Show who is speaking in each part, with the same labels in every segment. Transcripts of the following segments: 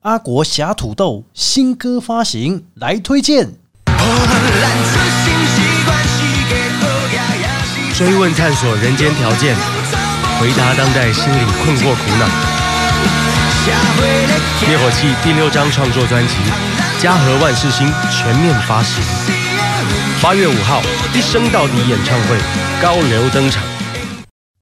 Speaker 1: 阿国侠土豆新歌发行，来推荐。
Speaker 2: 追问探索人间条件，回答当代心理困惑苦恼。灭火器第六张创作专辑《家和万事兴》全面发行，八月五号一生到底演唱会高流登场。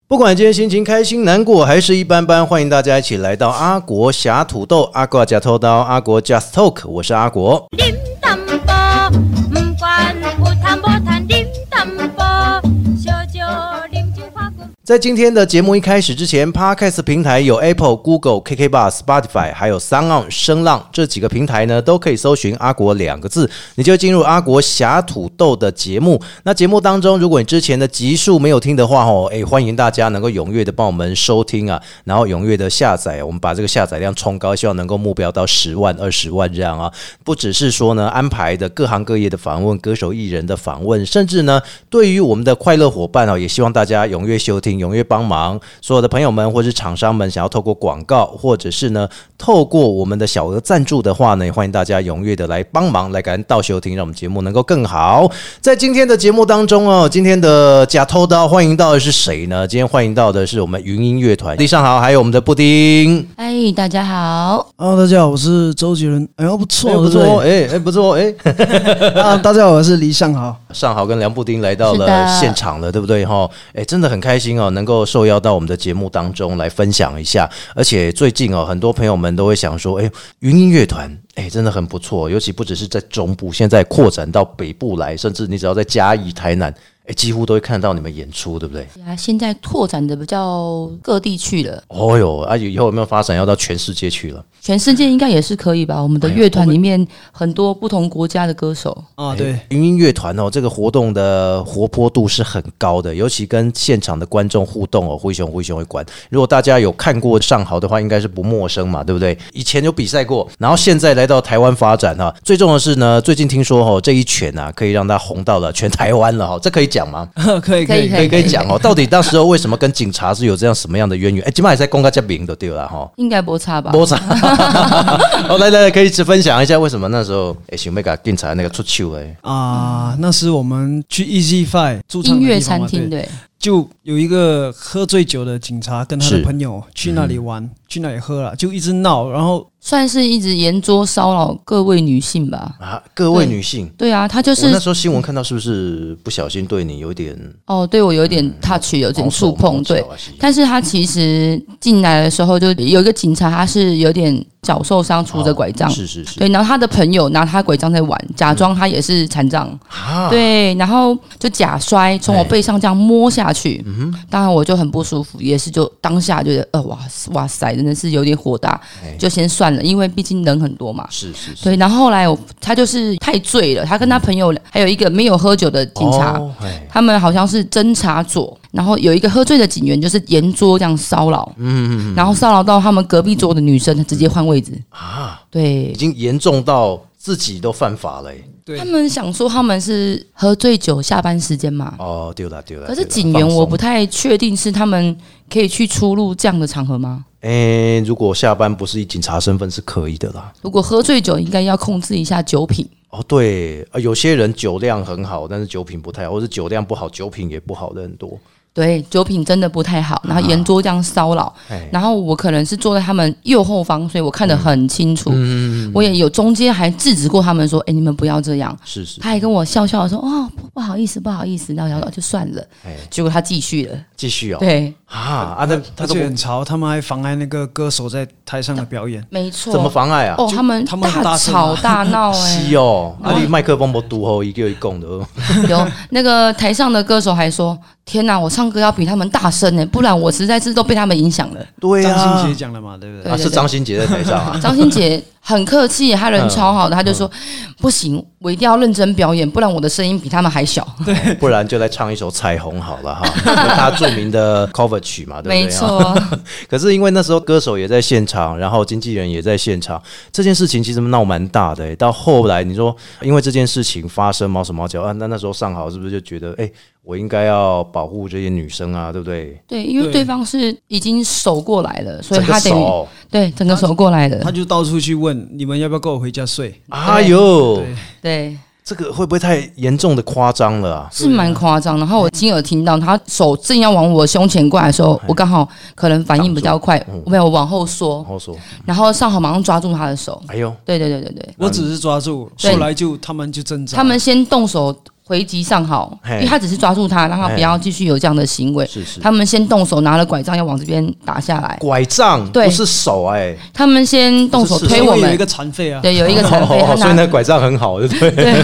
Speaker 1: 不管今天心情开心、难过还是一般般，欢迎大家一起来到阿国侠土豆、阿国假偷刀、阿国 Just Talk，我是阿国。
Speaker 3: điểm tâm bò Ừm, quan u tham bò than điểm tâm bò cho cho điểm chữ hoa của
Speaker 1: 在今天的节目一开始之前，Podcast 平台有 Apple、Google、KK Bar、Spotify，还有 Sound On 声浪这几个平台呢，都可以搜寻“阿国”两个字，你就会进入阿国侠土豆的节目。那节目当中，如果你之前的集数没有听的话，哦，哎，欢迎大家能够踊跃的帮我们收听啊，然后踊跃的下载，我们把这个下载量冲高，希望能够目标到十万、二十万这样啊。不只是说呢，安排的各行各业的访问、歌手、艺人的访问，甚至呢，对于我们的快乐伙伴哦，也希望大家踊跃收听、踊跃帮忙。所有的朋友们或是厂商们，想要透过广告，或者是呢，透过我们的小额赞助的话呢，也欢迎大家踊跃的来帮忙，来感恩到收听，让我们节目能够更好。在今天的节目当中哦，今天的假偷刀欢迎到的是谁呢？今天欢迎到的是我们云音乐团，地上好，还有我们的布丁。
Speaker 4: 嗨，大家好，
Speaker 5: Hello，大家好，我是周杰伦。哎呦，不错，
Speaker 1: 哎不错哦，
Speaker 5: 对
Speaker 1: 哎哎不错哦，哎。
Speaker 5: 不 对啊！大家好，我是李尚豪。
Speaker 1: 尚豪跟梁布丁来到
Speaker 4: 是
Speaker 1: 了
Speaker 4: 的
Speaker 1: 现场了，对不对？哈，哎，真的很开心哦，能够受邀到我们的节目当中来分享一下。而且最近哦，很多朋友们都会想说，哎，云音乐团，哎，真的很不错，尤其不只是在中部，现在扩展到北部来，甚至你只要在嘉义、台南，哎，几乎都会看到你们演出，对不对？
Speaker 4: 啊，现在拓展的比较各地去了，
Speaker 1: 哦哟，啊，以后有没有发展要到全世界去了？
Speaker 4: 全世界应该也是可以吧？我们的乐团里面很多不同国家的歌手，
Speaker 1: 哎
Speaker 5: 啊，对，
Speaker 1: 云音乐团哦，这个活动的活泼度是很高的，尤其跟现场的观众互动哦，灰熊灰熊会管。如果大家有看过上豪的话，应该是不陌生嘛，对不对？以前有比赛过，然后现在来到台湾发展哈、最重要的是呢，最近听说哦，这一拳啊可以让他红到了全台湾了哈、这可以讲吗？
Speaker 5: 可以
Speaker 4: 可
Speaker 5: 可
Speaker 4: 以
Speaker 5: 以
Speaker 1: 可以可以讲哦，到底当时候为什么跟警察是有这样什么样的渊源？哎，今晚也在公开加名的对了哈、哦。
Speaker 4: 应该不差吧？
Speaker 1: 多长？哦，来来来，可以去分享一下为什么那时候哎，想要给警察那个出糗哎。
Speaker 5: 啊。那时我们去 Easy Five 驻唱
Speaker 4: 音
Speaker 5: 的
Speaker 4: 乐
Speaker 5: 地方
Speaker 4: 餐
Speaker 5: 嘛
Speaker 4: 厅
Speaker 5: 对，
Speaker 4: 对，
Speaker 5: 就有一个喝醉酒的警察跟他
Speaker 1: 是嗯
Speaker 5: 的朋友去那里玩，去那里喝了，就一直闹，然后
Speaker 4: 算是一直沿桌骚扰各位女性吧？
Speaker 1: 啊，各位
Speaker 4: 对
Speaker 1: 女性，
Speaker 4: 对啊，他就
Speaker 1: 我那
Speaker 4: 是
Speaker 1: 时候新闻看到，是不是不小心对你有一点
Speaker 4: 哦，对我有一点 touch，有点触碰，对。？
Speaker 1: 毛手毛脚啊
Speaker 4: 但是他其实进来的时候，就有一个警察，他是有点脚受伤，拄着拐杖，
Speaker 1: 哦是是是，
Speaker 4: 对，然后他的朋友拿他拐杖在玩，假装他也是残障，
Speaker 1: 嗯啊，
Speaker 4: 对，然后就假摔，从我背上这样摸下去，
Speaker 1: 嗯
Speaker 4: 当然我就很不舒服，也是就当下觉得，呃，哇哇塞，真的是有点火大
Speaker 1: 哎，
Speaker 4: 就先算了，因为毕竟人很多嘛。
Speaker 1: 是是是，
Speaker 4: 对，然后后来我他就是太醉了，他跟他朋友还有一个没有喝酒的警察，
Speaker 1: 哦，哎
Speaker 4: 他们好像是侦查组，然后有一个喝醉的警员就是沿桌这样骚扰，嗯，然后骚扰到他们隔壁桌的女生，她直接换位置，
Speaker 1: 啊，
Speaker 4: 对
Speaker 1: 已，经严重到自己都犯法了，哎
Speaker 5: 对
Speaker 4: 他们想说他们是喝醉酒下班时间嘛，
Speaker 1: 哦，丢了丢了。
Speaker 4: 可是
Speaker 1: 对啦
Speaker 4: 警员我不，
Speaker 1: 放松
Speaker 4: 太确定是他们可以去出入这样的场合吗？
Speaker 1: 哎，如果下班不是以警察身份是可以的啦。
Speaker 4: 如果喝醉酒，应该要控制一下酒品。
Speaker 1: 哦，对，啊有些人酒量很好，但是酒品不太好，或者酒量不好，酒品也不好的很多。
Speaker 4: 对，酒品真的不太
Speaker 1: 啊
Speaker 4: 好，然后沿桌这样骚扰，
Speaker 1: 哎，
Speaker 4: 然后我可能是坐在他们右后方，所以我看得很清
Speaker 1: 嗯
Speaker 4: 楚。我也有中间还制止过他们说：“哎，你们不要这样。”
Speaker 1: 是是，
Speaker 4: 他还跟我笑笑的说：“哦，不不好意思，不好意思。”然后然后就算了
Speaker 1: 哎。
Speaker 4: 结果他继续了，
Speaker 1: 继续哦。
Speaker 4: 对，
Speaker 1: 啊啊，那他
Speaker 5: 而
Speaker 1: 都
Speaker 5: 且
Speaker 1: 不
Speaker 5: 很吵，他们还妨碍那个歌手在台上的表演。
Speaker 4: 没错。
Speaker 1: 怎么妨碍啊？
Speaker 4: 哦，他们
Speaker 5: 他们很
Speaker 4: 大
Speaker 5: 大声
Speaker 4: 吵
Speaker 5: 啊
Speaker 4: 大 闹，哎，
Speaker 1: 是哦，啊，你麦克风不堵吼，一个一共的。哦
Speaker 4: 有那个台上的歌手还说：“天哪，我唱歌要比他们大声呢、欸不然我实在是都被他们影 响了。
Speaker 1: 对
Speaker 5: 张信杰讲了嘛，对不对
Speaker 4: 对？
Speaker 1: 啊，是张新杰在台上 啊”。
Speaker 4: 张欣姐很客气，她人超好的，她就说：“
Speaker 1: 嗯
Speaker 4: 不行，我一定要认真表演，不然我的声音比他们还小。
Speaker 1: 不然就来唱一首《彩虹》好了哈，他著名 的 cover 曲嘛，” 对
Speaker 4: 没
Speaker 1: 不对？哈。
Speaker 4: 错，
Speaker 1: 可是因为那时候歌手也在现场，然后经纪人也在现场，这件事情其实闹蛮大的、欸。到后来你说，因为这件事情发生毛手毛脚啊，那那时候上好是不是就觉得，哎、我应该要保护这些女生啊，对不对？
Speaker 4: 对，因为
Speaker 5: 对
Speaker 4: 对方是已经守过来了，所以
Speaker 1: 整个
Speaker 4: 他等于
Speaker 1: 手，
Speaker 4: 对整个守过来
Speaker 5: 他
Speaker 4: 了，
Speaker 5: 就到处去问你们要不要跟我回家睡，
Speaker 1: 哎呦，
Speaker 5: 对
Speaker 4: 对，
Speaker 1: 这个会不会太严重的夸张了啊？
Speaker 4: 是蛮夸张。然后我亲耳听到他手正要往我胸前过来的时
Speaker 1: 哎
Speaker 4: 候，我刚好可能反应比较快，
Speaker 1: 嗯
Speaker 4: 没有我往后缩
Speaker 1: 然，后 说，
Speaker 4: 然后上好马上抓住他的手。
Speaker 1: 哎呦，
Speaker 4: 对对对对对，
Speaker 5: 我只是抓住，
Speaker 4: 对
Speaker 5: 后来就他们就挣扎，
Speaker 4: 他们先动手回击上好，
Speaker 1: 嘿
Speaker 4: 因为他只是抓住他，让他不要继续有这样的行为。
Speaker 1: 是是，
Speaker 4: 他们先动手拿了拐杖要往这边打下来，
Speaker 1: 拐杖
Speaker 4: 对
Speaker 1: 不是手哎，
Speaker 4: 他们先动手
Speaker 1: 是是
Speaker 4: 推
Speaker 5: 因
Speaker 4: 我
Speaker 5: 为有一
Speaker 4: 们
Speaker 5: 个，残废啊，
Speaker 4: 对，有一个残废，
Speaker 1: 哦
Speaker 4: 他
Speaker 1: 所以
Speaker 4: 拿
Speaker 1: 那拐杖很好，对不对？
Speaker 4: 对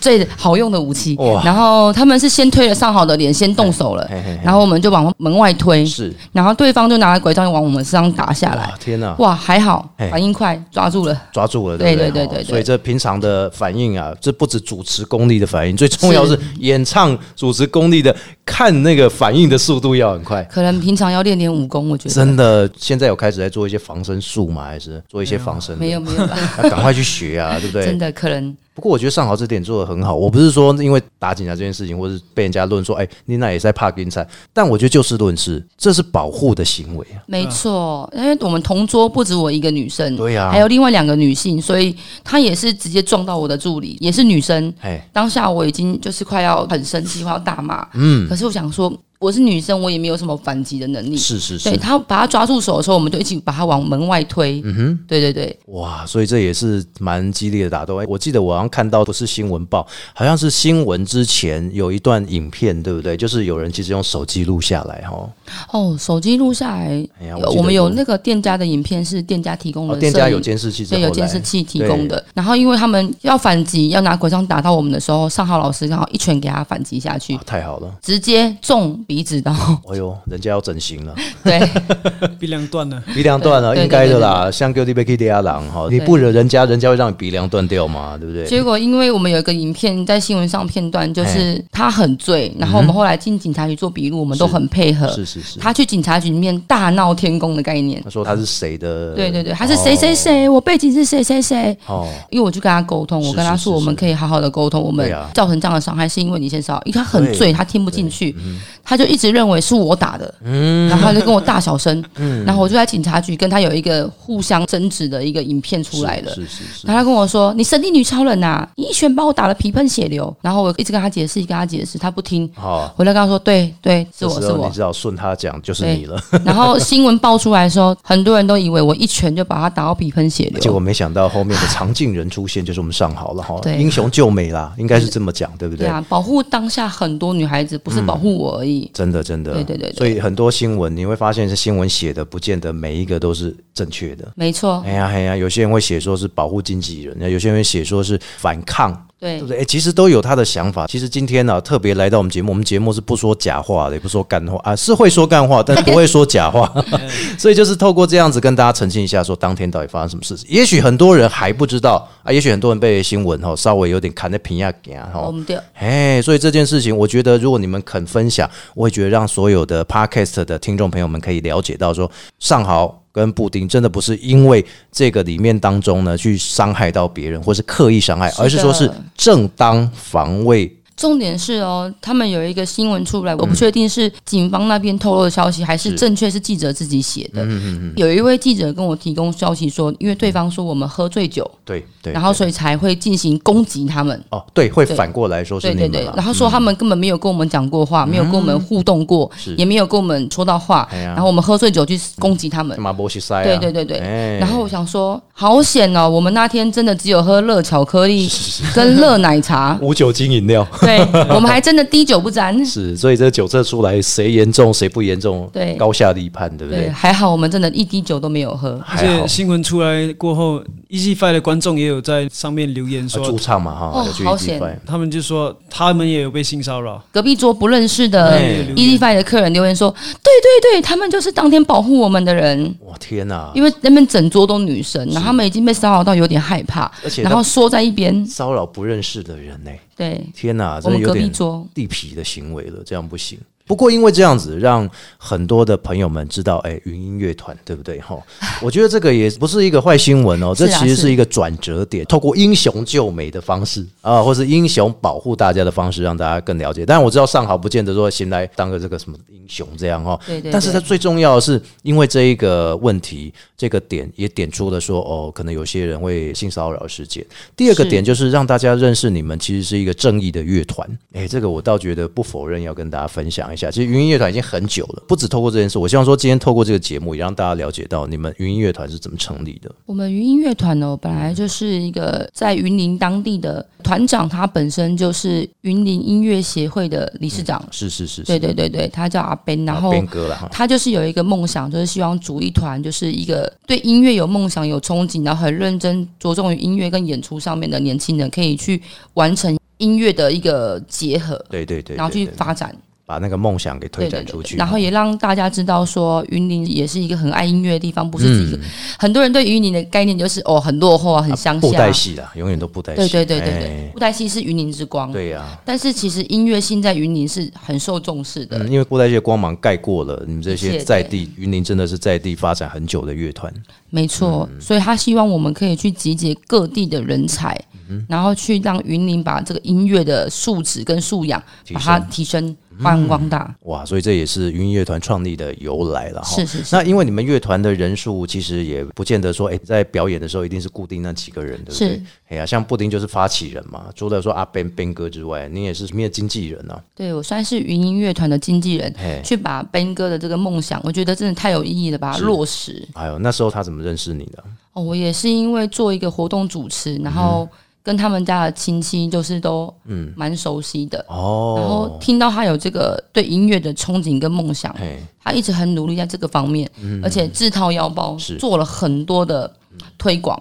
Speaker 4: 最好用的武器
Speaker 1: 哇。
Speaker 4: 然后他们是先推了上好的脸，先动手了
Speaker 1: 嘿嘿嘿，
Speaker 4: 然后我们就往门外推，
Speaker 1: 是，
Speaker 4: 然后对方就拿了拐杖往我们身上打下来
Speaker 1: 哇，。天哪，
Speaker 4: 哇，还好
Speaker 1: 嘿
Speaker 4: 反应快，抓住了。
Speaker 1: 抓住了，
Speaker 4: 对
Speaker 1: 不
Speaker 4: 对对
Speaker 1: 哦
Speaker 4: 对对
Speaker 1: 所以这平常的反应啊，这不止主持功力的反应，最重要是
Speaker 4: 是
Speaker 1: 演唱主持功力的，看那个反应的速度要很快。
Speaker 4: 可能平常要练点武功，我觉得
Speaker 1: 真的，现在有开始在做一些防身术吗？还是做一些防身的？
Speaker 4: 没有没有啦，
Speaker 1: 要赶快去学 啊，对不对？
Speaker 4: 真的可能
Speaker 1: 不过我觉得上豪这点做的很好。我不是说因为打警察这件事情，或是被人家论说，哎，你那也是在怕警察，但我觉得就事论事，这是保护的行为啊。
Speaker 4: 没错，因为我们同桌不止我一个女生，
Speaker 1: 对呀
Speaker 4: 还有另外两个女性，所以她也是直接撞到我的助理，也是女生。
Speaker 1: 哎，
Speaker 4: 当下我已经就是快要很生气，快要大骂。嗯，可是我想说，我是女生，我也没有什么反击的能力。
Speaker 1: 是是
Speaker 4: 对
Speaker 1: 是，
Speaker 4: 她把她抓住手的时候，我们就一起把她往门外推。嗯哼，对对对，
Speaker 1: 哇，所以这也是蛮激烈的打斗。哎我记得我好像看到不是新闻报，好像是新闻之前有一段影片，对不对？就是有人其实用手机录下来哈。
Speaker 4: 哦，手机录下来，
Speaker 1: 哎呀，
Speaker 4: 有
Speaker 1: 记得
Speaker 4: 我们有那个店家的影片是店家提供
Speaker 1: 哦，
Speaker 4: 的摄影，
Speaker 1: 店家有监视器之后
Speaker 4: 对
Speaker 1: 来，
Speaker 4: 嗯有监视器提供的。然后因为他们要反击，要拿拐杖打到我们的时候，尚浩老师刚好一拳给他反击下去
Speaker 1: 啊，，太好了。
Speaker 4: 直接中鼻子刀。
Speaker 1: 哎呦，人家要整形了，
Speaker 4: 对，
Speaker 5: 鼻梁断了，
Speaker 1: 鼻梁断了，
Speaker 4: 对对
Speaker 1: 啊应该的啦。像 g u i l t y b a k y 的阿郎哈，你不惹人家，人家会让你鼻梁断掉嘛，对不对？
Speaker 4: 结果因为我们有一个影片在新闻上片段，就是他很醉，然后我们后来进警察局做笔录，我们都很配合。
Speaker 1: 嗯是是呃是，
Speaker 4: 他去警察局里面大闹天宫的概念
Speaker 1: 他。说他是谁的？
Speaker 4: 对对对，他是谁谁谁，我背景是谁谁谁。
Speaker 1: 哦。
Speaker 4: 因为我就跟他沟通，
Speaker 1: 是
Speaker 4: 我跟他
Speaker 1: 是是
Speaker 4: 说我们
Speaker 1: 是
Speaker 4: 可以好好的沟通，我们
Speaker 1: 对啊
Speaker 4: 造成这样的伤害是因为你先烧，因为他很
Speaker 1: 对嗯
Speaker 4: 醉，他听不进去，他就一直认为是我打的， 然后他就跟我大 小声，
Speaker 1: 嗯
Speaker 4: 然后我就在警察局跟他有一个互相争执的一个影片出来了。
Speaker 1: 是是是，
Speaker 4: 然后他跟我说：“你神力女超人呐、你一拳把我打得皮喷血流。”然后我一直跟他解释，一直跟他解释，他不听。
Speaker 1: 好，
Speaker 4: 回来跟他说：“对对，是我
Speaker 1: 哦这
Speaker 4: 是
Speaker 1: 时候
Speaker 4: 我
Speaker 1: 你。只好顺他讲，就是
Speaker 4: 对
Speaker 1: 你了。”
Speaker 4: 然后新闻爆出来的时候，很多人都以为我一拳就把他打到皮喷血流。
Speaker 1: 结果没想到后面的常进人出现，就是我们上好了哈，
Speaker 4: 对
Speaker 1: 英雄救美啦，应该是这么讲，对不嗯
Speaker 4: 对
Speaker 1: 对？
Speaker 4: 啊，保护当下很多女孩子，不是保护我而已。
Speaker 1: 真的，真的，
Speaker 4: 对对对对
Speaker 1: 所以很多新闻你会发现，是新闻写的，不见得每一个都是正确的。
Speaker 4: 没错
Speaker 1: 哎，呀哎呀，有些人会写说是保护经纪人，有些人会写说是反抗，
Speaker 4: 对
Speaker 1: 对不对？哎，其实都有他的想法。其实今天呢、啊，特别来到我们节目，我们节目是不说假话的，也不说干话啊，是会说干话，但不会说假话。 所以就是透过这样子跟大家澄清一下，说当天到底发生什么事情。也许很多人还不知道啊，也许很多人被新闻哦稍微有点砍在平下给啊
Speaker 4: 我
Speaker 1: 哦。
Speaker 4: 们对
Speaker 1: 哎，所以这件事情，我觉得如果你们肯分享，我会觉得让所有的 podcast 的听众朋友们可以了解到说，上豪跟布丁真的不是因为这个里面当中呢去伤害到别人，或是刻意伤害，
Speaker 4: 是的
Speaker 1: 而是说是正当防卫。
Speaker 4: 重点是哦，他们有一个新闻出来，
Speaker 1: 嗯
Speaker 4: 我不确定是警方那边透露的消息，还是正确是记者自己写
Speaker 1: 嗯
Speaker 4: 的。有一位记者跟我提供消息说，因为对方说我们喝醉酒，
Speaker 1: 对嗯对，
Speaker 4: 然后
Speaker 1: 对
Speaker 4: 所以才会进行攻击他们。
Speaker 1: 哦对，会
Speaker 4: 对
Speaker 1: 反过来说是
Speaker 4: 对
Speaker 1: 你
Speaker 4: 对
Speaker 1: 们
Speaker 4: 对
Speaker 1: 啦，嗯
Speaker 4: 然后说他们根本没有跟我们讲过话，没有跟我们互动过，也没有跟我们说到话，
Speaker 1: 哎呀嗯
Speaker 4: 然后我们喝醉酒去攻击他们
Speaker 1: 干。嘛不去塞啊？
Speaker 4: 对对对对
Speaker 1: 哎，
Speaker 4: 然后我想说，好险哦！我们那天真的只有喝热巧克力跟热奶茶
Speaker 1: 无酒精饮料
Speaker 4: 对我们还真的滴酒不沾。
Speaker 1: 是，所以这酒测出来谁严重谁不严重，
Speaker 4: 对
Speaker 1: 高下立判，对不
Speaker 4: 对，
Speaker 1: 对？
Speaker 4: 还好我们真的一滴酒都没有喝。
Speaker 5: 而
Speaker 1: 还好
Speaker 5: 且。新闻出来过后，Easy Five 的观众也有在上面留言
Speaker 1: 啊驻
Speaker 5: 说，
Speaker 1: 唱嘛哈，
Speaker 4: 哦
Speaker 1: 有去
Speaker 4: 好
Speaker 1: EZ
Speaker 4: 险
Speaker 1: Five
Speaker 5: 他们就说他们也有被性骚扰，
Speaker 4: 隔壁桌不认识的
Speaker 1: 哎
Speaker 4: EZ Five 的客人留言说：“对对对，他们就是当天保护我们的人，
Speaker 1: 哇天哪！
Speaker 4: 因为那边整桌都女生，然后他们已经被骚扰到有点害怕
Speaker 1: 而，且他
Speaker 4: 然后缩在一边。
Speaker 1: 骚扰不认识的人呢、
Speaker 4: 对，
Speaker 1: 天哪，
Speaker 4: 我
Speaker 1: 这
Speaker 4: 们
Speaker 1: 有
Speaker 4: 隔壁
Speaker 1: 点
Speaker 4: 桌
Speaker 1: 地痞的行为了，这样不行。不过因为这样子，让很多的朋友们知道，哎，云音乐团对不对？哈，我觉得这个也不是一个坏新闻哦，
Speaker 4: 是
Speaker 1: 这
Speaker 4: 啊
Speaker 1: 其实
Speaker 4: 是
Speaker 1: 是一个转折点，透过英雄救美的方式啊，或是英雄保护大家的方式，让大家更了解。但我知道上好不见得说先来当个这个什么英雄这样哦，
Speaker 4: 对对对
Speaker 1: 但是它最重要的是，因为这一个问题，这个点也点出了说，哦，可能有些人会性骚扰事件。第二个
Speaker 4: 是
Speaker 1: 点就是让大家认识你们其实是一个正义的乐团。哎，这个我倒觉得不否认，要跟大家分享一下。其实云音乐团已经很久了，不止透过这件事，我希望说今天透过这个节目，也让大家了解到你们云音乐团是怎么成立的。
Speaker 4: 我们云音乐团呢，本来就是一个在云林当地的团长，他本身就是云林音乐协会的理事长。
Speaker 1: 是是是是，
Speaker 4: 对对对对，他叫阿 Ben，然后
Speaker 1: 编歌了哈。
Speaker 4: 他就是有一个梦想，就是希望组一团，就是一个对音乐有梦想、有憧憬，然后很认真着重于音乐跟演出上面的年轻人，可以去完成音乐的一个结合，
Speaker 1: 对对对，
Speaker 4: 然后
Speaker 1: 对
Speaker 4: 去
Speaker 1: 对
Speaker 4: 发展。
Speaker 1: 把那个梦想给推
Speaker 4: 对
Speaker 1: 展
Speaker 4: 对
Speaker 1: 出
Speaker 4: 对，
Speaker 1: 去，啊
Speaker 4: 然后也让大家知道说，云林也是一个很爱音乐的地方，不是自己、
Speaker 1: 嗯
Speaker 4: 很多人对云林的概念就是哦，很落后啊，很乡
Speaker 1: 布
Speaker 4: 下、
Speaker 1: 袋戏啦，永远都布袋戏。
Speaker 4: 对对对对对
Speaker 1: 哎，
Speaker 4: 布袋戏是云林之光。
Speaker 1: 对呀、
Speaker 4: 但是其实音乐性在云林是很受重视的，
Speaker 1: 嗯，因为布袋戏的光芒盖过了你们这
Speaker 4: 一切
Speaker 1: 些
Speaker 4: 对
Speaker 1: 在地云林真的是在地发展很久的乐团，
Speaker 4: 没错。
Speaker 1: 嗯
Speaker 4: 所以他希望我们可以去集结各地的人才，
Speaker 1: 嗯
Speaker 4: 然后去让云林把这个音乐的素质跟素养
Speaker 1: 提
Speaker 4: 把它
Speaker 1: 升嗯
Speaker 4: 提升，发扬光大。
Speaker 1: 哇，所以这也是云音乐团创立的由来了哈。
Speaker 4: 是是是
Speaker 1: 那因为你们乐团的人数其实也不见得说，哎、在表演的时候一定是固定那几个人，对不对
Speaker 4: 是？
Speaker 1: 哎呀、像布丁就是发起人嘛，除了说阿 Ben Ben 哥之外，你也是面经纪人啊。
Speaker 4: 对我算是云音乐团的经纪人
Speaker 1: 嘿，
Speaker 4: 去把 Ben 哥的这个梦想，我觉得真的太有意义了，把它落实。
Speaker 1: 哎呦，那时候他怎么认识你的？
Speaker 4: 哦，我也是因为做一个活动主持，然
Speaker 1: 嗯
Speaker 4: 后跟他们家的亲戚就是都蛮熟悉的，然后
Speaker 1: 哦，
Speaker 4: 听到他有这个对音乐的憧憬跟梦想，
Speaker 1: 嘿，
Speaker 4: 他一直很努力在这个方面，而且自掏腰包
Speaker 1: 嗯是嗯
Speaker 4: 做了很多的推广，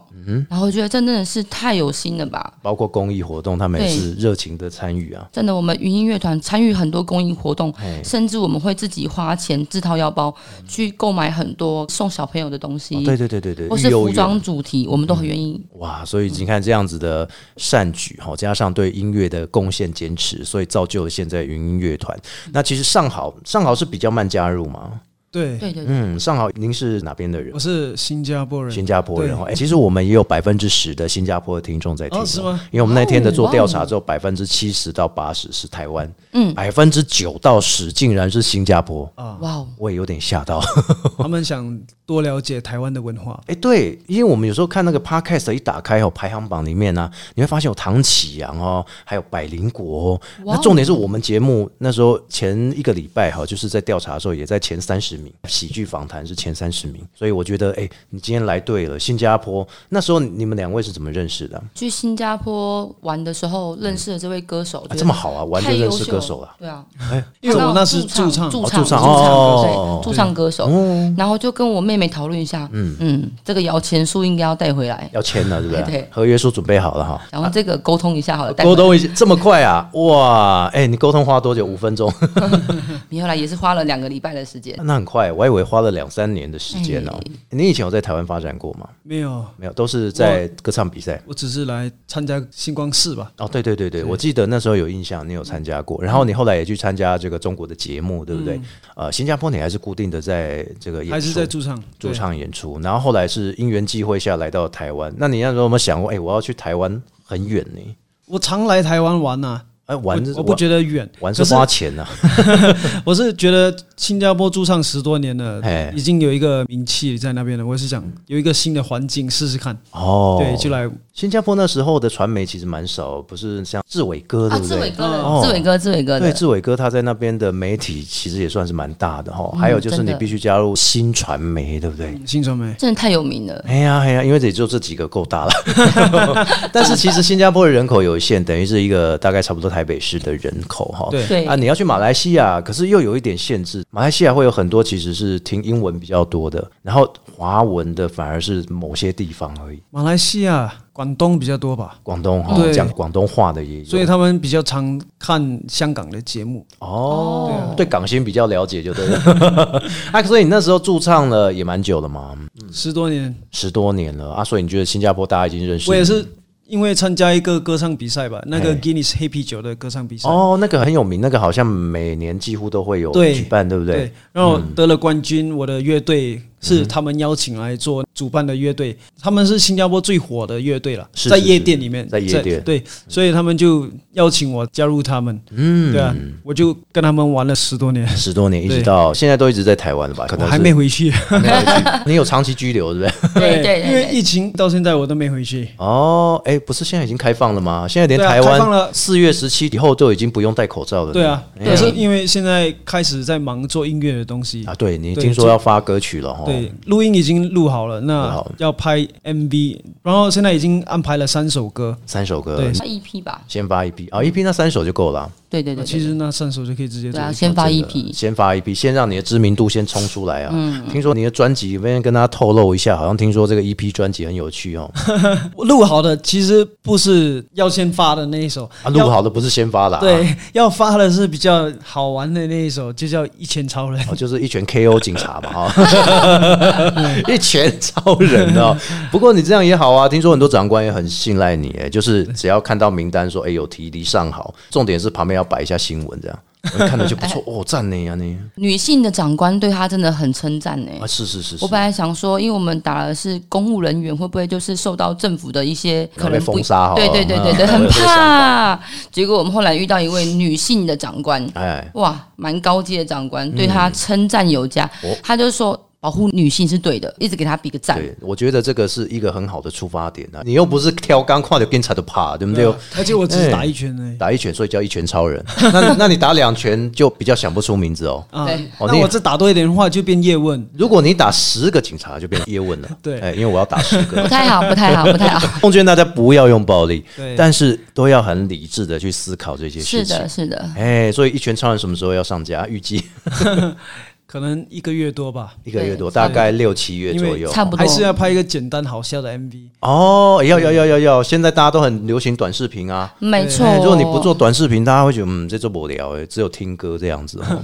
Speaker 4: 然后我觉得这真的是太有心了吧。
Speaker 1: 包括公益活动，他们也
Speaker 4: 对
Speaker 1: 是热情的参与啊。
Speaker 4: 真的，我们云音乐团参与很多公益活动
Speaker 1: 嘿，嗯
Speaker 4: 甚至我们会自己花钱自掏腰包去购买很多送小朋友的东西，
Speaker 1: 哦对对对对对，
Speaker 4: 或
Speaker 1: 育
Speaker 4: 是
Speaker 1: 幼嗯
Speaker 4: 服
Speaker 1: 院
Speaker 4: 装主题，我们都很愿意。
Speaker 1: 哇，所以你看这样子的善举哈，加上对音乐的贡献坚持，所以造就了现在云音乐团。那其实上好上好是比较慢加入嘛，
Speaker 5: 对，
Speaker 4: 对对对。
Speaker 1: 嗯，上好您是哪边的人
Speaker 5: 我？是新加坡人，
Speaker 1: 新加坡人
Speaker 5: 对
Speaker 1: 哦，哎、其实我们也有百分之十的新加坡的听众在听、
Speaker 5: 哦是吗？
Speaker 1: 因为我们那天的做
Speaker 4: 哇哦
Speaker 1: 调查之后，百分之七十到八十是台湾，嗯，
Speaker 4: 嗯
Speaker 1: 百分之九到十竟然是新加坡，
Speaker 4: 哇哦，
Speaker 1: 我也有点吓到。
Speaker 5: 他们想多了解台湾的文化。
Speaker 1: 哎、对，因为我们有时候看那个 podcast 一打开哦，排行榜里面呢、你会发现有唐启阳哦，还有百灵果哦。那
Speaker 4: 哇哦
Speaker 1: 重点是我们节目那时候前一个礼拜哈、就是在调查的时候也在前三十名，喜剧访谈是前三十名，所以我觉得哎、你今天来对了。新加坡那时候你们两位是怎么认识的啊？
Speaker 4: 去新加坡玩的时候认识了这位歌手，觉得
Speaker 1: 这么好啊，玩就
Speaker 4: 太
Speaker 1: 认
Speaker 4: 优
Speaker 1: 识
Speaker 4: 秀
Speaker 1: 歌手啊。
Speaker 4: 对啊，
Speaker 5: 因为我那是驻
Speaker 4: 驻
Speaker 5: 唱，
Speaker 4: 驻
Speaker 1: 哦
Speaker 4: 唱
Speaker 1: 驻唱哦
Speaker 4: 歌手对驻唱歌手，然后就跟我妹妹讨论一下，嗯嗯，这个摇钱树应该要带回来，
Speaker 1: 要签了，对不对
Speaker 4: 对？
Speaker 1: 合约书准备好了哈。
Speaker 4: 然后这个沟通一下好了，带回
Speaker 1: 啊沟
Speaker 4: 来
Speaker 1: 通一下这么快啊！哇，哎、你沟通花多久？五分钟，
Speaker 4: 你后来也是花了两个礼拜的时间，
Speaker 1: 那很快，我还以为花了两三年的时间哦、
Speaker 4: 哎
Speaker 1: 你以前有在台湾发展过吗？
Speaker 5: 没有，
Speaker 1: 没有，都是在歌唱比赛。
Speaker 5: 我只是来参加星光四吧。
Speaker 1: 哦，对对对对，我记得那时候有印象，你有参加过，然
Speaker 5: 嗯
Speaker 1: 后你后来也去参加这个中国的节目，对不对？呃，新加坡你还是固定的在这个演出，
Speaker 5: 还是在驻唱，
Speaker 1: 驻唱演出，然后后来是因缘际会下来到台湾。那你那时候有没有想过，哎、我要去台湾很远呢？
Speaker 5: 对。我常来台湾玩呐、
Speaker 1: 哎，
Speaker 5: 我
Speaker 1: 玩是
Speaker 5: 我不觉得远，
Speaker 1: 玩
Speaker 5: 可
Speaker 1: 是
Speaker 5: 是
Speaker 1: 花钱呐、啊，
Speaker 5: 我是觉得新加坡驻唱十多年了
Speaker 1: 哎，
Speaker 5: 已经有一个名气在那边了。我是想有一个新的环境试试看，
Speaker 1: 哦，
Speaker 5: 对，就来
Speaker 1: 新加坡那时候的传媒其实蛮少，不是像志伟哥，
Speaker 4: 啊，
Speaker 1: 对不
Speaker 4: 志
Speaker 1: 对？
Speaker 4: 伟哥
Speaker 1: 哦
Speaker 4: 的，志伟哥，志伟哥
Speaker 1: 对，
Speaker 4: 的，
Speaker 1: 志伟哥他在那边的媒体其实也算是蛮大的哈。还有
Speaker 5: 嗯
Speaker 1: 就是
Speaker 4: 真
Speaker 1: 你
Speaker 4: 的
Speaker 1: 必须加入新传媒，对不对？
Speaker 5: 新传媒。
Speaker 4: 真的太有名了。
Speaker 1: 哎呀哎呀，因为也就这几个够 大了， 但是其实新加坡的人口有限，等于是一个大概差不多台北市的人口哈。
Speaker 5: 对
Speaker 4: 对
Speaker 1: 啊，你要去马来西亚，可是又有一点限制。马来西亚会有很多其实是听英文比较多的，然后华文的反而是某些地方而已。
Speaker 5: 马来西亚、广东比较多吧，
Speaker 1: 广东哈
Speaker 5: 对
Speaker 1: 讲广东话的也有，
Speaker 5: 所以他们比较常看香港的节目。
Speaker 1: 哦，对港星比较了解就对了。 啊，所以你那时候驻唱了也蛮久了嘛，
Speaker 5: 十多年，
Speaker 1: 十多年了啊，所以你觉得新加坡大家已经认识你？
Speaker 5: 我也是因为参加一个歌唱比赛吧，那个 Guinness 黑啤酒的歌唱比赛，
Speaker 1: 哦，那个很有名，那个好像每年几乎都会有
Speaker 5: 对
Speaker 1: 举办，对不嗯对？
Speaker 5: 对，然后得了冠军，我的乐队是他们邀请来做主办的乐队，他们是新加坡最火的乐队了，
Speaker 1: 是
Speaker 5: 在
Speaker 1: 是
Speaker 5: 夜
Speaker 1: 是
Speaker 5: 店里面，
Speaker 1: 在夜店嗯
Speaker 5: 对，所以他们就邀请我加入他们，嗯，对啊，我就跟他们玩了十多年，
Speaker 1: 十多年一直
Speaker 5: 对
Speaker 1: 到现在都一直在台湾了吧？可
Speaker 5: 我
Speaker 1: 能
Speaker 5: 还
Speaker 1: 哦是
Speaker 5: 没回去，
Speaker 1: 没有去你有长期居留，对不对？
Speaker 4: 对对对
Speaker 5: 因为
Speaker 4: 对
Speaker 5: 疫情到现在我都没回去，
Speaker 1: 哦，哎，不是现在已经开放了吗？现在连
Speaker 5: 对啊
Speaker 1: 台
Speaker 5: 开放
Speaker 1: 湾
Speaker 5: 了
Speaker 1: 四月十七以后都已经不用戴口罩了呢。
Speaker 5: 对啊，
Speaker 1: 哎
Speaker 5: 可是因为现在开始在忙做音乐的东西
Speaker 1: 啊，，对你
Speaker 5: 对
Speaker 1: 听说
Speaker 5: 就
Speaker 1: 要发歌曲了哈？
Speaker 5: 对，录音已经录好了，
Speaker 1: 录
Speaker 5: 那
Speaker 1: 好
Speaker 5: 要拍 MV，然后现在已经安排了三首歌，
Speaker 1: 三首歌
Speaker 5: 对，嗯
Speaker 4: 发 EP 吧，
Speaker 1: 先发一批啊，一批那三首就够了啊，
Speaker 4: 对对对，对
Speaker 5: 其实那三首就可以直接
Speaker 4: 对
Speaker 5: 做
Speaker 4: 啊，
Speaker 5: 一
Speaker 4: 先发
Speaker 1: 真的
Speaker 4: EP，
Speaker 1: 先发一批，先让你的知名度先冲出来啊。听说你的专辑，边跟大家透露一下，好像听说这个一批专辑很有趣哦。
Speaker 5: 录好的其实不是要先发的那一首，
Speaker 1: 啊，录好的啊不是先发啦，
Speaker 5: 要。，对， 要发的是比较好玩的那一首，就叫《一拳超人》。
Speaker 1: 哦，就是一拳 KO 警察嘛，哈，一拳超人哦。不过你这样也好啊，听说很多长官也很信赖你，哎，就是只要看到名单说，哎，有提离上好，重点是旁边要摆一下新闻，这样我看着就不错哦，赞你啊你
Speaker 4: 女性的长官对她真的很称赞呢
Speaker 1: 啊，。是是是是
Speaker 4: 我，本来想说，因为我们打的是公务人员，会不会就是受到政府的一些可
Speaker 1: 被
Speaker 4: 能不
Speaker 1: 封杀好了
Speaker 4: 对对对
Speaker 1: 嗯
Speaker 4: 对对，
Speaker 1: 我
Speaker 4: 很
Speaker 1: 有这个想
Speaker 4: 怕。结果我们后来遇到一位女性的长官，
Speaker 1: 哎，
Speaker 4: 哇，蛮高阶的长官，对她称赞有加
Speaker 1: 嗯哦，
Speaker 4: 她就说保护女性是对的，一直给她比个赞。
Speaker 1: 对，我觉得这个是一个很好的出发点啊，你又不是挑钢跨的警察的怕，对不对？
Speaker 5: 而且我只是打一拳而已。
Speaker 1: 打一拳，所以叫一拳超人。 那那你打两拳就比较想不出名字哦。
Speaker 5: 啊
Speaker 4: 对，
Speaker 1: 哦
Speaker 5: 那
Speaker 1: 你
Speaker 5: 我再打多一点的话，就变叶问。
Speaker 1: 如果你打十个警察，就变叶问了。
Speaker 5: 对
Speaker 1: 哎，因为我要打十个
Speaker 4: 不。太好，不太好，不太好。
Speaker 1: 奉劝大家不要用暴力
Speaker 5: 对，
Speaker 1: 但是都要很理智的去思考这些
Speaker 4: 是
Speaker 1: 事情。
Speaker 4: 的，是的，
Speaker 1: 哎，所以一拳超人什么时候要上架？预计
Speaker 5: 可能一个月多吧，
Speaker 1: 一个月多，
Speaker 4: 对
Speaker 1: 大概六七月左
Speaker 5: 因
Speaker 1: 右
Speaker 5: 为。
Speaker 4: 差不多
Speaker 5: 还是要拍一个简单好笑的 MV。
Speaker 1: 哦，要要要要要！现在大家都很流行短视频啊。
Speaker 4: 没错
Speaker 1: 哎。如果你不做短视频，大家会觉得嗯，这做不了哎，只有听歌这样子 哦。哎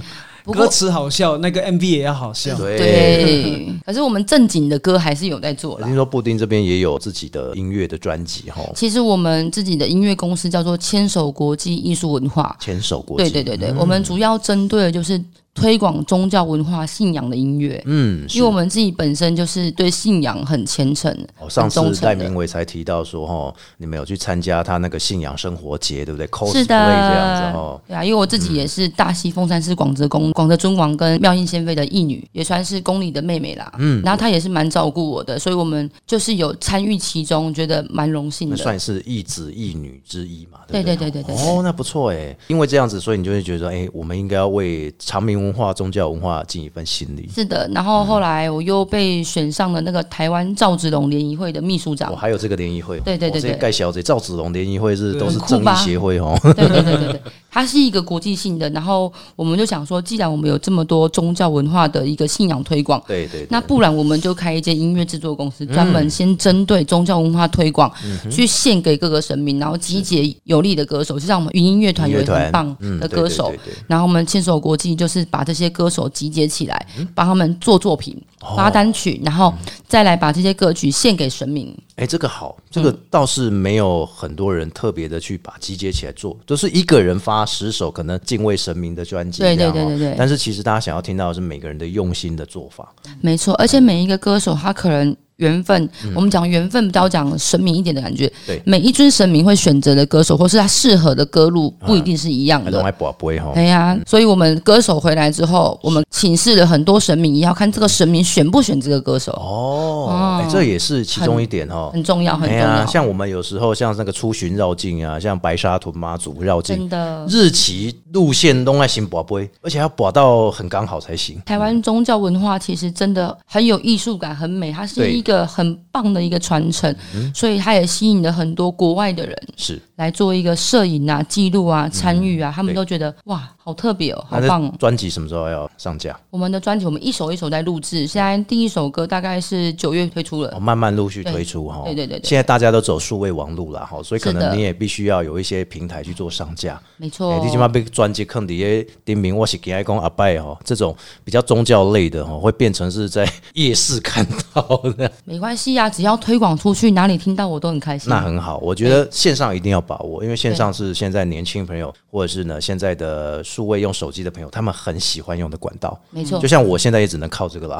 Speaker 4: 不过
Speaker 5: 歌词好笑，那个 MV 也要好笑。
Speaker 1: 对，
Speaker 4: 对，可是我们正经的歌还是有在做啦
Speaker 1: 听。说布丁这边也有自己的音乐的专辑哈，
Speaker 4: 其实我们自己的音乐公司叫做牵手国际艺术文化，
Speaker 1: 牵手国际。嗯
Speaker 4: 对对对对，我们主要针对的就是推广宗教文化信仰的音乐，
Speaker 1: 嗯，是
Speaker 4: 因为我们自己本身就是对信仰很虔诚、
Speaker 1: 哦，上
Speaker 4: 很
Speaker 1: 次
Speaker 4: 忠诚
Speaker 1: 赖
Speaker 4: 的
Speaker 1: 明伟才提到说，哦，你们有去参加他那个信仰生活节，对不对？cosplay
Speaker 4: 是
Speaker 1: 这样子
Speaker 4: 的
Speaker 1: 哦，，
Speaker 4: 对啊，因为我自己也是大溪凤山市广泽宫广泽尊王跟妙音仙妃的义女，也算是宫里的妹妹啦。嗯，然后她也是蛮照顾我的，所以我们就是有参与其中，觉得蛮荣幸
Speaker 1: 那
Speaker 4: 的。
Speaker 1: 算是一子一女之一嘛，
Speaker 4: 对
Speaker 1: 不对
Speaker 4: 对对对对
Speaker 1: 哦，那不错哎，因为这样子，所以你就会觉得，哎，我们应该要为长明文化、宗教文化尽一份心力。
Speaker 4: 是的，然后后来我又被选上了那个台湾赵子龙联谊会的秘书长
Speaker 1: 我、。哦还有这个联谊会，
Speaker 4: 对对对
Speaker 1: 我这些
Speaker 4: 对
Speaker 1: 盖小姐赵子龙联谊会是
Speaker 5: 对
Speaker 1: 都是
Speaker 4: 很酷
Speaker 1: 正义
Speaker 4: 吧
Speaker 1: 协会哦，
Speaker 4: 对对对对对，它是一个国际性的。然后我们就想说，既然我们有这么多宗教文化的一个信仰推广，
Speaker 1: 对对对，
Speaker 4: 那不然我们就开一间音乐制作公司，专门先针对宗教文化推广，去献给各个神明，然后集结有力的歌手，就像我们云音乐团
Speaker 1: 音
Speaker 4: 有
Speaker 1: 乐
Speaker 4: 一个
Speaker 1: 团
Speaker 4: 很棒的歌手，
Speaker 1: 嗯对对对对
Speaker 4: 然后我们牵手国际就是把这些歌手集结起来，帮他们做作品、发单曲，然后再来把这些歌曲献给神明。
Speaker 1: 哎，这个好，这
Speaker 4: 嗯
Speaker 1: 个倒是没有很多人特别的去把集结起来做，都、是一个人发十首可能敬畏神明的专辑、
Speaker 4: 对
Speaker 1: 这样哦
Speaker 4: 对对对对
Speaker 1: 但是其实大家想要听到的是每个人的用心的做法，
Speaker 4: 没错，而且每一个歌手他可能。缘分，我们讲缘分，比较讲神明一点的感觉。
Speaker 1: 嗯对
Speaker 4: 每一尊神明会选择的歌手，或是他适合的歌路，不一定是一样
Speaker 1: 还
Speaker 4: 的。
Speaker 1: 都还宝贝哈。
Speaker 4: 嗯对呀、所以我们歌手回来之后，我们请示了很多神明，也要看这个神明选不选这个歌手，
Speaker 1: 哦，哎、这也是其中一点哦。
Speaker 4: 很重要，很
Speaker 1: 哎
Speaker 4: 重
Speaker 1: 呀，
Speaker 4: 要。
Speaker 1: 像我们有时候像那个出巡绕境啊，像白沙屯妈祖绕境
Speaker 4: 真，的，
Speaker 1: 日期路线都爱行宝贝，而且要宝到很刚好才行。
Speaker 4: 台湾宗教文化其实真的很有艺术感，很美，它是一个很棒的一个传承，
Speaker 1: 嗯
Speaker 4: 所以它也吸引了很多国外的人
Speaker 1: 是，
Speaker 4: 来做一个摄影啊、记录啊、参与啊，他
Speaker 1: 嗯
Speaker 4: 们
Speaker 1: 对
Speaker 4: 都觉得哇，好特别哦，好
Speaker 1: 那
Speaker 4: 棒
Speaker 1: 这
Speaker 4: 哦！
Speaker 1: 专辑什么时候要上架？
Speaker 4: 我们的专辑我们一首一首在录制，现在第一首歌大概是九月推出了
Speaker 1: 哦，，慢慢陆续
Speaker 4: 对
Speaker 1: 推出哈。
Speaker 4: 对对对对
Speaker 1: 现在大家都走数位网路了哈，所以可
Speaker 4: 是的哦
Speaker 1: 能你也必须要有一些平台去做上架。
Speaker 4: 没
Speaker 1: 哎、
Speaker 4: 错。
Speaker 1: 你起码被专辑坑底些丁明，我是给爱公阿拜哦，这种比较宗教类的哦，会变成是在夜市看到的，
Speaker 4: 没关系呀、只要推广出去，哪里听到我都很开心。
Speaker 1: 那很好。我觉得线上一定要把握，因为线上是现在年轻朋友或者是呢现在的数位用手机的朋友，他们很喜欢用的管道。
Speaker 4: 没错
Speaker 1: 就，像我现在也只能靠这个啦。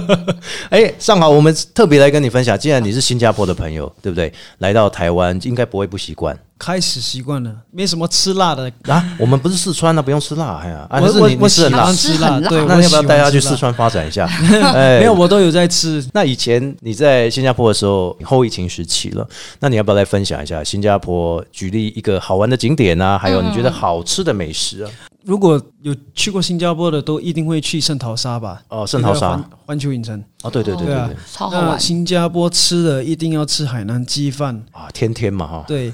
Speaker 1: 哎、上好，我们特别来跟你分享，既然你是新加坡的朋友，对不对？来到台湾应该不会不习惯
Speaker 5: 开始习惯了，没什么吃辣的。
Speaker 1: 啊。我们不是四川的、不用吃辣，哎呀，啊，
Speaker 5: 我
Speaker 1: 可是
Speaker 5: 我
Speaker 1: 你你
Speaker 5: 我
Speaker 1: 吃
Speaker 5: 喜
Speaker 1: 很辣
Speaker 5: 欢，
Speaker 4: 吃很
Speaker 5: 辣，
Speaker 4: 辣
Speaker 5: 对，
Speaker 1: 那要
Speaker 5: 我
Speaker 1: 不要
Speaker 5: 喜欢
Speaker 1: 带他去
Speaker 5: 吃
Speaker 1: 四
Speaker 5: 辣？
Speaker 1: 川发展一 下？哎
Speaker 5: 没有，我都有在吃。
Speaker 1: 那以前你在新加坡的时候，后疫情时期了，那你要不要来分享一下新加坡？举例一个好玩的景点啊，还有你觉得好吃的美食啊？
Speaker 5: 如果有去过新加坡的，都一定会去圣淘沙吧？
Speaker 1: 哦，圣淘沙
Speaker 5: 那个环环球影城，
Speaker 1: 哦，对对对对
Speaker 5: 对啊
Speaker 1: 对
Speaker 4: 超好
Speaker 5: 那
Speaker 4: 玩。
Speaker 5: 新加坡吃的一定要吃海南鸡饭，
Speaker 1: 啊，天天嘛哈，
Speaker 5: 对，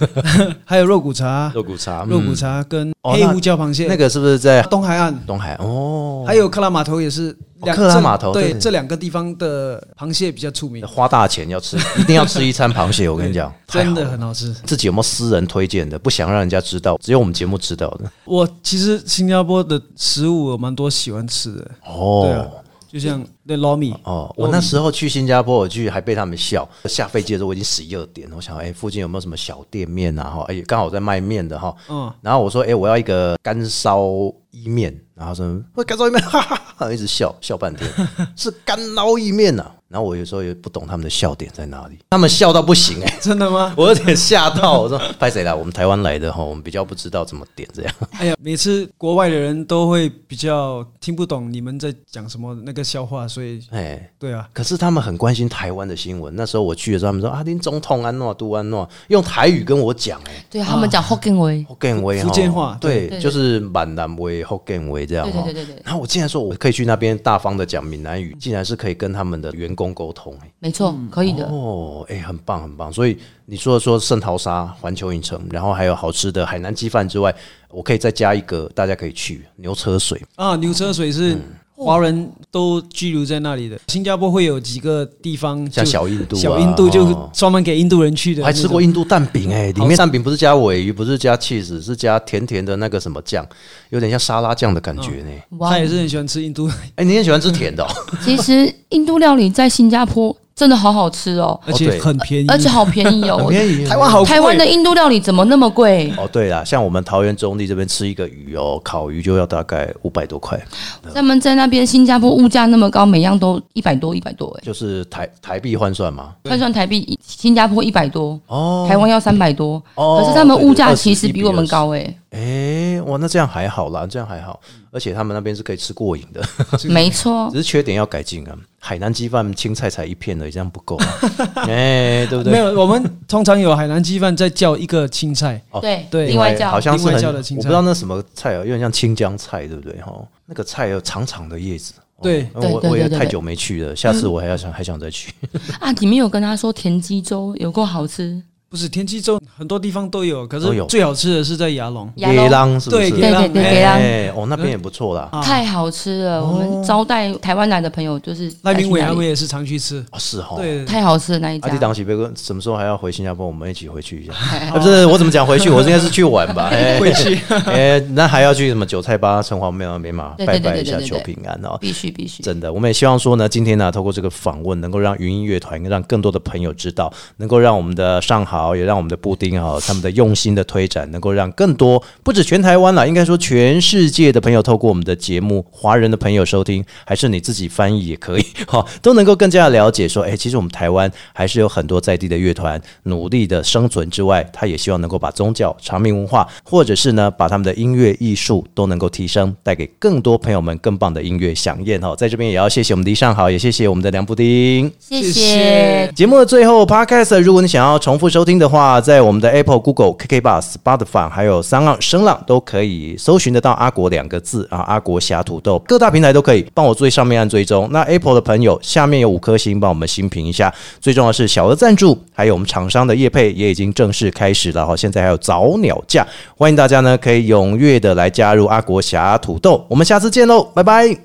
Speaker 5: 还有肉骨茶、
Speaker 1: 肉骨茶，
Speaker 5: 肉骨
Speaker 1: 嗯
Speaker 5: 茶跟
Speaker 1: 哦
Speaker 5: 黑
Speaker 1: 那
Speaker 5: 胡椒螃蟹，
Speaker 1: 那个是不是在
Speaker 5: 东海岸，
Speaker 1: 东海？哦，
Speaker 5: 还有克拉码头也是两。
Speaker 1: 克拉
Speaker 5: 这
Speaker 1: 码头对
Speaker 5: 对
Speaker 1: 对
Speaker 5: 这两个地方的螃蟹比较出名，
Speaker 1: 花大钱要吃， 一定要吃一餐螃蟹。我跟你讲，太
Speaker 5: 真
Speaker 1: 好
Speaker 5: 的
Speaker 1: 了。
Speaker 5: 很好吃。
Speaker 1: 自己有没有私人推荐的？不想让人家知道，只有我们节目知道的。
Speaker 5: 我其实新加坡的食物我蛮多喜欢吃的，对啊
Speaker 1: 哦，
Speaker 5: 就像那捞米，
Speaker 1: 哦，我那时候去新加坡，我去还被他们笑。下飞机的时候我已经十一二点，我想，哎、附近有没有什么小店面啊？哈，哎、刚好我在卖面的哈。
Speaker 5: 嗯，
Speaker 1: 然后我说，哎、我要一个干烧意面。然后他说，喂，干烧 意面，哈哈哈，一直笑笑半 天，是干捞意面呐、啊。然后我有时候也不懂他们的笑点在哪里，他们笑到不行哎、
Speaker 5: 真的吗？
Speaker 1: 我有点吓到，我说拍谁啦？我们台湾来的哈，我们比较不知道怎么点这样。
Speaker 5: 哎呀，每次国外的人都会比较听不懂你们在讲什么那个笑话，所以
Speaker 1: 哎，
Speaker 5: 对啊，
Speaker 1: 可是他们很关心台湾的新闻。那时候我去的时候，他们说啊，林总统安诺杜安诺用台语跟我讲、哎，
Speaker 4: 对他们讲 Hokkien 威，
Speaker 1: 福建威哈，
Speaker 5: 福建话
Speaker 1: 对，
Speaker 4: 对
Speaker 1: 就是闽南威、福建威这样哈。
Speaker 4: 对对对对对
Speaker 1: 然后我竟然说我可以去那边大方的讲闽南语，竟然是可以跟他们的员工沟通、哎，
Speaker 4: 没错，可以的。
Speaker 1: 哦，哎、很棒很棒。所以你说说圣淘沙、环球影城，然后还有好吃的海南鸡饭之外，我可以再加一个，大家可以去牛车水。
Speaker 5: 啊，牛车水是
Speaker 1: 嗯
Speaker 5: 华人都居留在那里的，新加坡会有几个地方就
Speaker 1: 像小印度啊
Speaker 5: 小印度就
Speaker 1: 哦
Speaker 5: 专门给印度人去的
Speaker 1: 我
Speaker 5: 那种，
Speaker 1: 还吃过印度蛋饼哎、里面蛋饼不是加尾鱼，不是加 cheese，是加甜甜的那个什么酱，有点像沙拉酱的感觉呢、
Speaker 4: 哇
Speaker 5: 他，也是很喜欢吃印度，
Speaker 1: 哎、你也喜欢吃甜的、哦？
Speaker 4: 其实印度料理在新加坡真的好好吃哦，
Speaker 5: 而且
Speaker 1: 对
Speaker 5: 很便宜，
Speaker 4: 而且好便宜 哦。
Speaker 1: 宜
Speaker 5: 台湾好贵
Speaker 4: 台湾的印度料理怎么那么贵？
Speaker 1: 哦，对啦，像我们桃园中立这边吃一个鱼哦，烤鱼就要大概五百多块，
Speaker 4: 他们在那边新加坡物价那么高，每样都一百多一百多哎，
Speaker 1: 就是台台币换算嘛。
Speaker 4: 换算台币，新加坡一百多，
Speaker 1: 哦，
Speaker 4: 台湾要三百多，
Speaker 1: 哦
Speaker 4: 可是他们物价
Speaker 1: 对对
Speaker 4: 其实
Speaker 1: 21
Speaker 4: 比我们高哎，
Speaker 1: 哎，哇，那这样还好啦，这样还好，而且他们那边是可以吃过瘾的，
Speaker 4: 没错
Speaker 1: 只。是缺点要改进啊。海南鸡饭青菜才一片而已，这样不够、 啊，哎，对不
Speaker 5: 没
Speaker 1: 对？
Speaker 5: 有，我们通常有海南鸡饭，再叫一个青菜，
Speaker 1: 哦
Speaker 4: 对
Speaker 5: 对
Speaker 4: 另外叫
Speaker 1: 好像是很，
Speaker 5: 另外叫
Speaker 1: 我
Speaker 5: 的青菜
Speaker 1: 不知道那什么菜啊，有点像青江菜，对不对？哈、那个菜有长长的叶子。哦
Speaker 5: 对
Speaker 1: 我
Speaker 4: 对对
Speaker 1: 我也
Speaker 4: 对对嗯
Speaker 1: 太久没去了，下次我还要想还想再去。
Speaker 4: 啊，你没有跟他说田鸡粥有够好吃，
Speaker 5: 不是天气粥，很多地方都有，可
Speaker 1: 都
Speaker 5: 是
Speaker 1: 有
Speaker 5: 最好吃的是在牙龙，
Speaker 4: 亚龙
Speaker 1: 野狼是不是？
Speaker 5: 对
Speaker 4: 对对对，给他
Speaker 1: 哎、哦，那边也不错啦。
Speaker 5: 啊
Speaker 4: 太好吃
Speaker 1: 哦
Speaker 4: 了！我们招待台湾来的朋友就是
Speaker 5: 赖明伟啊，
Speaker 4: 带去那
Speaker 5: 我
Speaker 4: 里
Speaker 5: 也是常去吃，
Speaker 1: 哦，是哈。
Speaker 5: 对，
Speaker 4: 太好吃的那一
Speaker 1: 阿
Speaker 4: 家
Speaker 1: 弟，党喜贝哥什么时候还要回新加坡？我们一起回去一 下。啊、不是，我怎么讲回去？我应该是去玩吧。哎
Speaker 5: 哎回去
Speaker 1: 哎，那还要去什么九寨坝、城隍庙那边嘛，
Speaker 4: 对
Speaker 1: 拜
Speaker 4: 对对
Speaker 1: 拜一
Speaker 4: 对对
Speaker 1: 下，
Speaker 4: 对
Speaker 1: 求
Speaker 4: 对
Speaker 1: 平安哦。
Speaker 4: 必须必须。
Speaker 1: 真的，我们也希望说呢，今天呢，透过这个访问，能够让云音乐团让更多的朋友知道，能够让我们的上好，也让我们的布丁哈、他们的用心的推展，能够让更多不止全台湾了，应该说全世界的朋友透过我们的节目，华人的朋友收听，还是你自己翻译也可以哈、都能够更加的了解说，哎，其实我们台湾还是有很多在地的乐团努力的生存之外，他也希望能够把宗教、长命文化，或者是呢，把他们的音乐艺术都能够提升，带给更多朋友们更棒的音乐响宴哈。在这边也要谢谢我们的一上好，也谢谢我们的梁布丁。
Speaker 4: 谢
Speaker 5: 谢
Speaker 4: 谢
Speaker 5: 谢
Speaker 1: 节目的最后，Podcast，如果你想要重复收听。听的话，在我们的 Apple、Google、KK Bar、Spotify 还有三浪、声浪都可以搜寻得到“阿国”两个字啊，阿国侠土豆，各大平台都可以帮我最上面按追踪。那 Apple 的朋友下面有五颗星，帮我们星评一下。最重要的是小额赞助，还有我们厂商的业配也已经正式开始了哈，现在还有早鸟价，欢迎大家呢可以踊跃的来加入阿国侠土豆。我们下次见喽，拜拜。